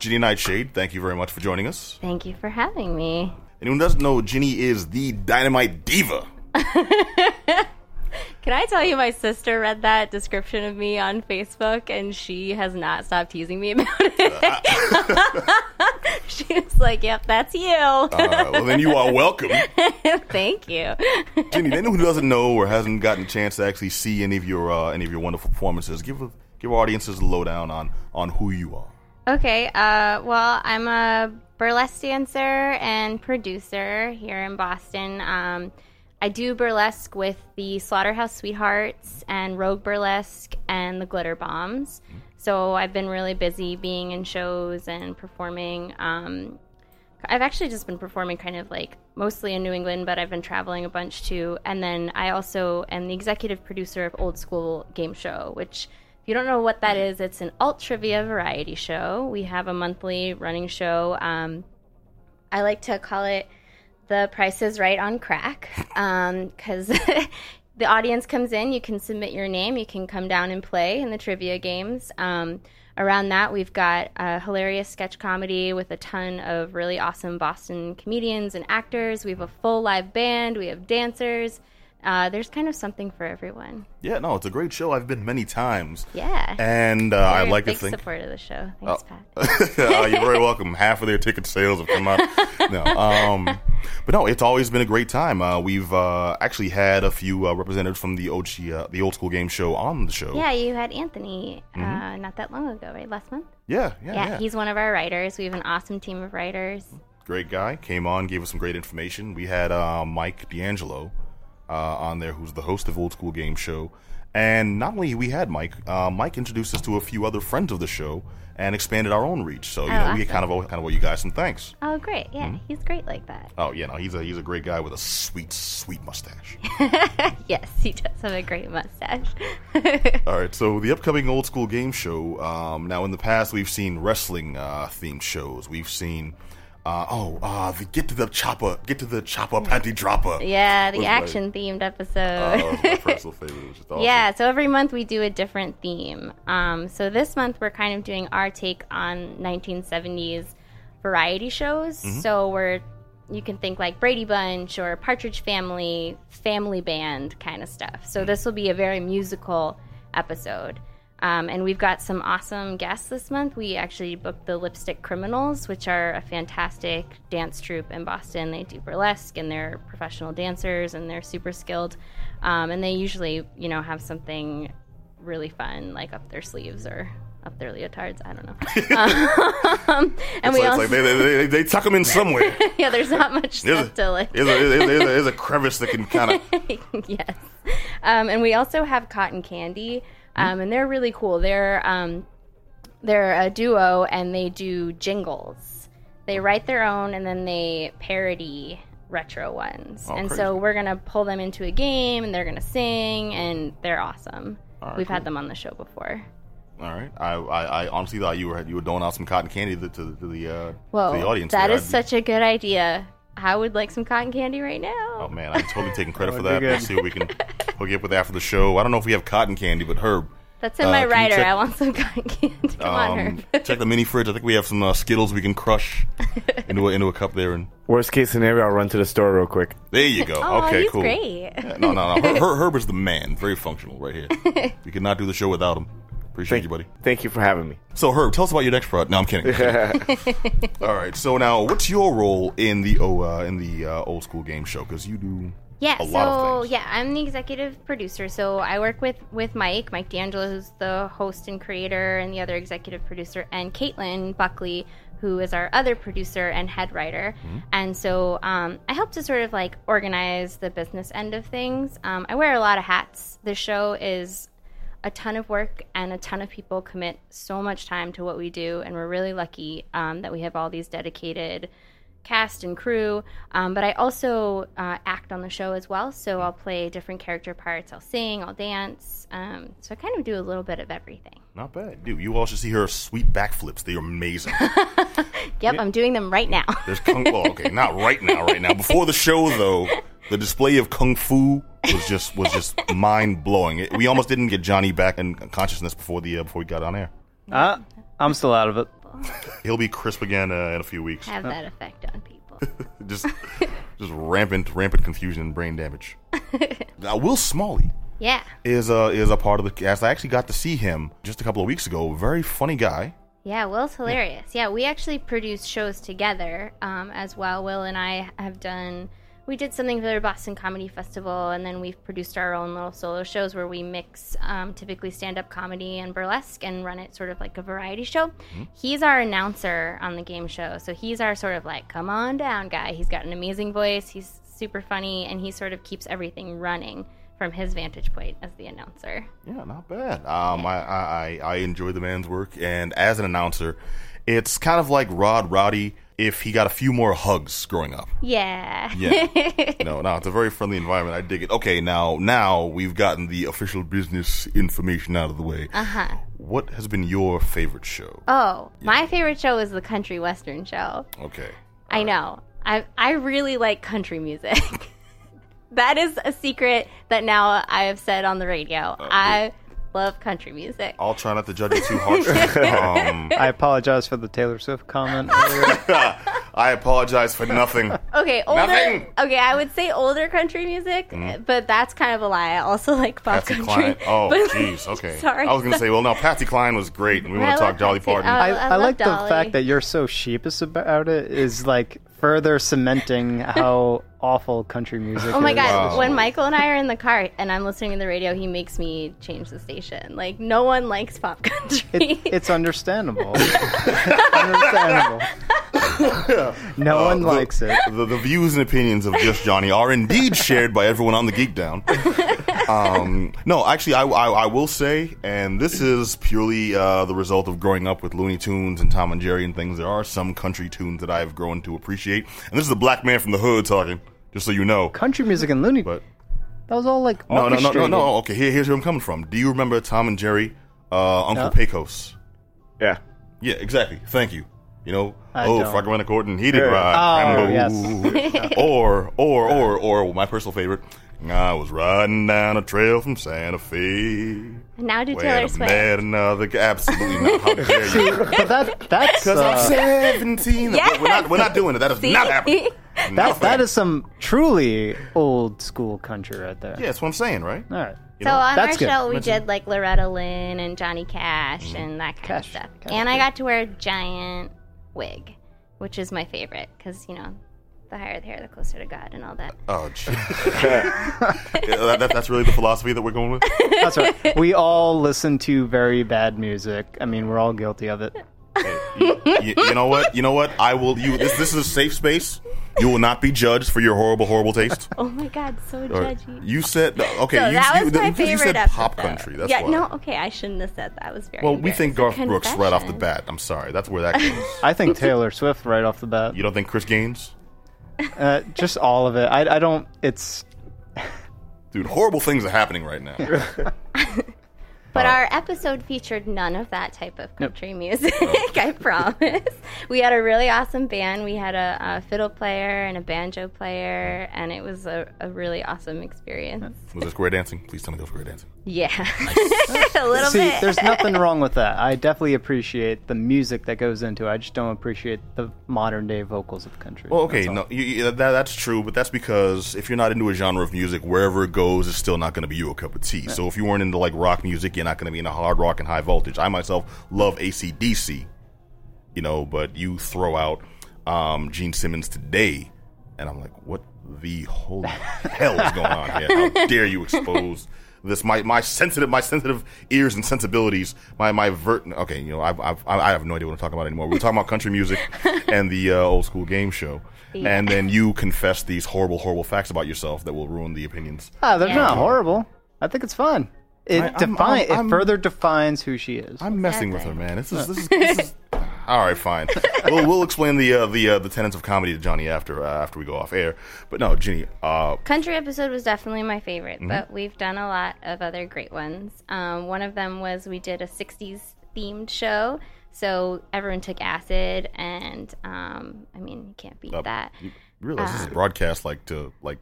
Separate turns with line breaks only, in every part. Ginny Nightshade, thank you very much for joining us.
Thank you for having me.
Anyone who doesn't know, Ginny is the Dynamite Diva.
Can I tell you, my sister read that description of me on Facebook and she has not stopped teasing me about it. she was like, Yep, that's you.
Uh, well, then you are welcome.
Thank you.
Ginny, anyone who doesn't know or hasn't gotten a chance to actually see any of your uh, any of your wonderful performances, give a, give our audiences a lowdown on on who you are.
Okay, uh, well, I'm a burlesque dancer and producer here in Boston. Um, I do burlesque with the Slaughterhouse Sweethearts and Rogue Burlesque and the Glitter Bombs. So I've been really busy being in shows and performing. Um, I've actually just been performing kind of like mostly in New England, but I've been traveling a bunch too. And then I also am the executive producer of Old School Game Show, which, if you don't know what that is, it's an alt trivia variety show. We have a monthly running show. Um, I like to call it the price is right on crack because the audience comes in you can submit your name you can come down and play in the trivia games um, around that we've got a hilarious sketch comedy with a ton of really awesome boston comedians and actors we have a full live band we have dancers uh, there's kind of something for everyone
Yeah, no, it's a great show. I've been many times,
yeah
and uh, I
You're a
like to
big
think.
support of the show
Oh.
thanks pat
Uh, you're very welcome. Half of their ticket sales have come out. No, um, but no, it's always been a great time. Uh, we've uh, actually had a few uh, representatives from the OG, uh, the old school game show on the show.
yeah you had anthony uh, not that long ago right last month
yeah, yeah.
yeah,
Mm-hmm. Oh, yeah.
he's one of our writers we have an awesome team of writers
great guy. Came on, gave us some great information. We had uh, Mike D'Angelo uh, on there, who's the host of Old School Game Show. And not only we had Mike, uh, Mike introduced us to a few other friends of the show and expanded our own reach. So you
Oh,
know, we
awesome.
kind of owe, kind of owe you guys some thanks.
oh great yeah he's great like that
Oh yeah, no, he's a he's a great guy with a sweet sweet mustache.
Yes, he does have a great mustache.
All right, so the upcoming old school game show. Um, now, in the past, we've seen wrestling uh, themed shows. We've seen, uh, oh, uh, the get to the chopper, get to the chopper, panty dropper.
yeah,
Was
the
my-
action themed
Uh,
episode.
that was my personal favorite, which is awesome.
yeah, so every month we do a different theme. Um, so this month we're kind of doing our take on 1970s variety shows. So we're you can think like Brady Bunch or Partridge Family, family band kind of stuff. So this will be a very musical episode. Um, and we've got some awesome guests this month. We actually booked the Lipstick Criminals, which are a fantastic dance troupe in Boston. They do burlesque and they're professional dancers and they're super skilled. Um, and they usually, you know, have something really fun like up their sleeves or up their leotards. I don't know. um, and
It's
we
like, it's
also,
like they, they, they, they tuck them in somewhere.
yeah, there's not much
There's
stuff
a,
to like.
there's, a, there's, a, there's a crevice that can kind of.
yes. Um, and we also have Cotton Candy,
Hmm?
um, and they're really cool. They're um, they're a duo, and they do jingles. They write their own, and then they parody retro ones.
Oh,
and
crazy.
so we're gonna pull them into a game, and they're gonna sing, and they're awesome. We've had them on the show before.
All right, I, I, I honestly thought you were you were doling out some cotton candy to, to, to the uh,
Whoa,
to the audience.
that
there.
is
I'd-
such a good idea. I would like some cotton candy right now.
Oh man, I'm totally taking credit for that.
That would be
Let's
good.
see what we can hook you up with after the show. I don't know if we have cotton candy, but Herb,
That's in
Uh,
my
can you
rider.
check-
I want some cotton candy. Come on,
um,
Herb.
check the mini fridge. I think we have some uh, Skittles we can crush into a, into a cup there. And
Worst case scenario, I'll run to the store real quick.
there you go.
Oh,
okay,
he's
cool.
great.
Yeah, no, no, no. Her, Her- Herb is the man. Very functional right here. we could not do the show without him. Appreciate
Thank
you, buddy.
Thank you for having me.
So, Herb, tell us about your next product. No, I'm kidding. All right. So now, what's your role in the oh, uh, in the uh, old school game show? Because you do
Yeah,
a
so
lot of things.
yeah, I'm the executive producer. So I work with with Mike, Mike D'Angelo, who's the host and creator, and the other executive producer, and Caitlin Buckley, who is our other producer and head writer.
Mm-hmm.
And so um, I help to sort of like organize the business end of things. Um, I wear a lot of hats. The show is a ton of work and a ton of people commit so much time to what we do and we're really lucky um, that we have all these dedicated cast and crew um, but i also uh, act on the show as well so i'll play different character parts i'll sing i'll dance um, so i kind of do a little bit of everything
Not bad, dude. You all should see her sweet backflips. They're amazing.
yep i'm doing them right now
There's kung. Well, okay, not right now, right now. Before the show, though, the display of kung fu was just was just mind blowing. We almost didn't get Johnny back in consciousness before the uh, before we got on air.
Uh, I'm still out of it.
people.
He'll be crisp again uh, in a few weeks.
Have that effect on people.
just just rampant rampant confusion and brain damage. now Will Smalley
Yeah.
is a is a part of the cast. I actually got to see him just a couple of weeks ago. Very funny guy.
Yeah, Will's hilarious. Yeah, we actually produce shows together um, as well. Will and I have done, we did something for the Boston Comedy Festival, and then we've produced our own little solo shows where we mix um, typically stand up comedy and burlesque and run it sort of like a variety show. He's our announcer on the game show. So he's our sort of like, come on down guy. He's got an amazing voice, he's super funny, and he sort of keeps everything running from his vantage point as the announcer.
Yeah, not bad. Um, I, I, I- I enjoy the man's work, and as an announcer, it's kind of like Rod Roddy if he got a few more hugs growing up.
Yeah.
Yeah. no, no, it's a very friendly environment. I dig it. Okay, now now we've gotten the official business information out of the way. Uh huh. What has been your favorite show?
Oh, my favorite show is the country western show.
Okay.
I know. I I really like country music. that is a secret that now I have said on the
Oh,
radio. I love country music.
I'll try not to judge you too harshly. um,
I apologize for the Taylor Swift comment. earlier.
I apologize for nothing.
Okay, older.
Nothing. Mm-hmm.
Okay, I would say older country music, but that's kind of a lie. I also like pop
Patsy
country.
Cline. Oh,
But-
jeez. Okay.
Sorry.
I was going to say, well, no, Patsy Cline was great, and we want
I
to talk
love
Dolly
Patsy.
Parton.
Oh,
I,
I
I
love
like the
Dolly.
fact that you're so sheepish about it is like further cementing how awful country music.
Oh my
is.
god,
Wow.
when Michael and I are in the car and I'm listening to the radio, he makes me change the station. Like no one likes pop country.
It, it's understandable. understandable. No one likes it.
Uh, the, the views and opinions of Just Johnny are indeed shared by everyone on the Geek Down. Um, no, actually, I, I, I will say, and this is purely uh, the result of growing up with Looney Tunes and Tom and Jerry and things. There are some country tunes that I have grown to appreciate, and this is the black man from the hood talking. Just so you know,
Country music and Looney.
but
That was all like
no, no, no, no,
orchestrated.
no. Okay, here, here's where I'm coming from. Do you remember Tom and Jerry, uh, Uncle
No.
Pecos?
Yeah.
Yeah, exactly. Thank you. You know,
I
oh,
don't.
Frogman Gordon, he did
Yeah.
ride
Oh,
Rambo. or, or, or, or my personal favorite. I was riding down a trail from Santa Fe
now do
when
Taylor
I
Swift.
met another. g- Absolutely not. How dare you?
But that that's
Because I'm
uh,
seventeen. We're not. We're not doing it. That is not happening. Not a
that that
fan.
is some truly old school country right there.
Yeah, that's what I'm saying, right?
All right.
You
So
know?
on
That's
our
good.
show, we did like Loretta Lynn and Johnny Cash
Mm-hmm.
and that kind
Cash.
of stuff.
Cash,
and I
yeah.
got to wear a giant wig, which is my favorite because you know, the higher the hair, the closer to God and all that.
oh, gee. Yeah, that, that- that's really the philosophy that we're going with.
That's right. We all listen to very bad music. I mean, we're all guilty of it.
you, you know what? You know what? I will. You. This, this is a safe space. You will not be judged for your horrible, horrible taste.
Oh my God, so
All right.
judgy.
You said no, okay.
so
you,
that
you,
was my
you
favorite
said
episode.
pop country. That's
yeah,
why.
no, okay, I shouldn't have said that. I was very.
Well, we think Garth
embarrassed.
Brooks right off the
Confession.
bat. I'm sorry. That's where that goes.
I think Taylor Swift right off the bat.
you don't think Chris Gaines?
Uh, just all of it. I, I don't. It's
Dude, horrible things are happening right now.
But
Oh.
our episode featured none of that type of country music, I promise. We had a really awesome band. We had a, a fiddle player and a banjo player, and it was a, a really awesome experience.
Was it square dancing? Please tell me that was square dancing.
Yeah. a little
see.
bit.
There's nothing wrong with that. I definitely appreciate the music that goes into. it. I just don't appreciate the modern day vocals of country.
Well, okay,
That's all.
no, you, you, that, that's true, but that's because if you're not into a genre of music, wherever it goes, it's still not going to be your cup of tea. So if you weren't into like rock music, you're not going to be into hard rock and high voltage. I myself love ACDC, you know, but you throw out um, Gene Simmons today, and I'm like, what the holy hell is going on here? How dare you expose this? My my sensitive my sensitive ears and sensibilities. My my vert. Okay, you know, I've, I've, I have no idea what I'm talking about anymore. We We're talking about country music and the uh, old school game show, and then you confess these horrible horrible facts about yourself that will ruin the opinions.
Ah, they're
Yeah.
not horrible. I think it's fun. It
I- I'm-
define
I'm- I'm-
it further defines who she is.
I'm messing with her, man. This is this is. This is all right, fine. we'll, we'll explain the uh, the uh, the tenets of comedy to Johnny after uh, after we go off air. But no, Ginny, uh,
Country episode was definitely my favorite,
Mm-hmm.
but we've done a lot of other great ones. Um, one of them was we did a 60s themed show. So everyone took acid, and um, I mean, you can't beat
Uh,
that.
You realize this is broadcast like to like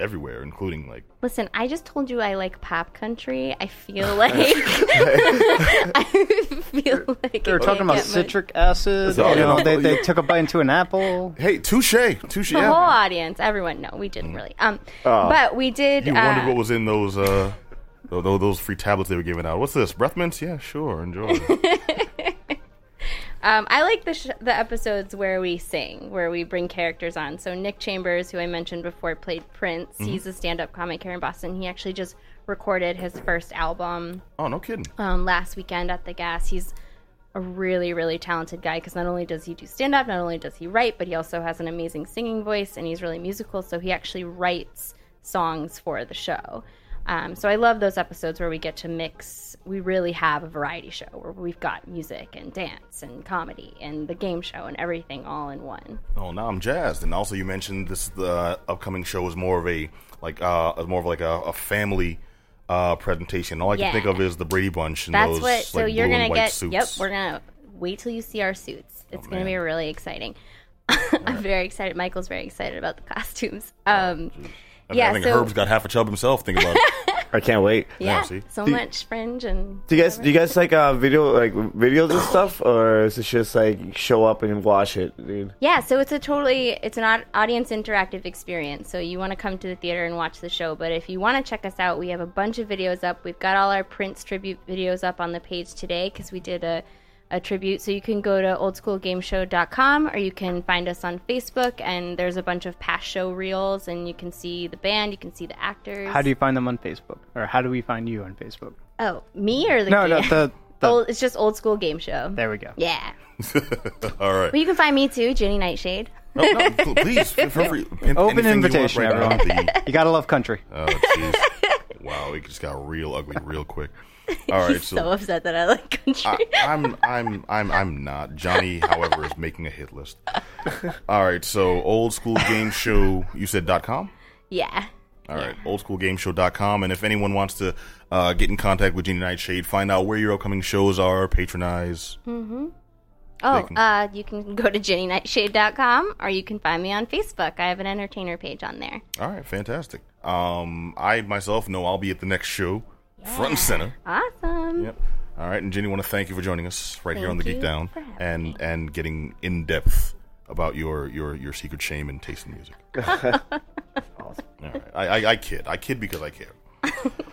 everywhere, including like
Listen, I just told you I like pop country. I feel like I feel like
They were talking about citric acid.
all
You know,
you
they,
know.
they took a bite into an apple.
hey, touche, touche.
The whole
Yeah.
audience, everyone. No, we didn't really. Um,
Oh.
but we did.
You
uh,
wondered what was in those uh tho- tho- those free tablets they were giving out. What's this? Breath mints? Yeah, sure, enjoy.
Um, I like the sh- the episodes where we sing, where we bring characters on. So Nick Chambers, who I mentioned before, played Prince. He's a stand up comic here in Boston. He actually just recorded his first album
oh, no kidding.
um, last weekend at the Gas. He's a really, really talented guy because not only does he do stand up, not only does he write, but he also has an amazing singing voice and he's really musical. So he actually writes songs for the show. Um, so I love those episodes where we get to mix. We really have a variety show where we've got music and dance and comedy and the game show and everything all in one.
Oh, now I'm jazzed. And also, you mentioned this the upcoming show is more of a like uh more of like a, a family uh presentation. All I
Yeah.
can think of is the Brady Bunch. And
That's
those,
what. So
like,
you're
blue and
gonna
white
get.
Suits. Oh,
Yep, we're gonna wait till you see our suits. It's gonna
man.
be really exciting. I'm very excited. Michael's very excited about the costumes. Um,
Oh, I,
yeah,
I think
so-
Herb's got half a chub himself. Think about it.
I can't wait.
yeah,
see?
so much fringe and
Do you guys do you guys like uh video like videos and stuff, or is it just like show up and watch it, dude?
yeah. So it's a totally it's an au- audience interactive experience. So you want to come to the theater and watch the show, but if you want to check us out, we have a bunch of videos up. We've got all our Prince tribute videos up on the page today because we did a. A tribute, so you can go to oldschoolgameshow.com or you can find us on Facebook. And there's a bunch of past show reels, and you can see the band, you can see the actors.
How do you find them on Facebook, or how do we find you on Facebook?
Oh, me or the
No, no,
game?
the, the
Old- it's just old school game show.
there we go.
Yeah.
All right.
Well, you can find me too, Jenny Nightshade.
No, no, pl- please, feel free. Pin anything
Open
you want
invitation,
right now. The-
You gotta love country.
oh, jeez. Wow, it just got real ugly real quick. All right,
He's so upset that I like country.
Ah.
I, I'm I'm I'm I'm not. Johnny, however, is making a hit list. All right, so old school game show. You said dot com.
yeah.
All right, oldschoolgameshow.com. And if anyone wants to uh, get in contact with Genie Nightshade, find out where your upcoming shows are, patronize.
Oh,
They can-
uh, you can go to jennynightshade.com or you can find me on Facebook. I have an entertainer page on there.
All right, fantastic. Um, I myself know I'll be at the next show, front and center.
Awesome.
Yep. All right, and Jenny, want to thank you for joining us right here on the
Thank
Geek
you
Down
for having
and
me.
and getting in depth about your your your secret shame and taste in music. All right, I, I, I kid, I kid because I care.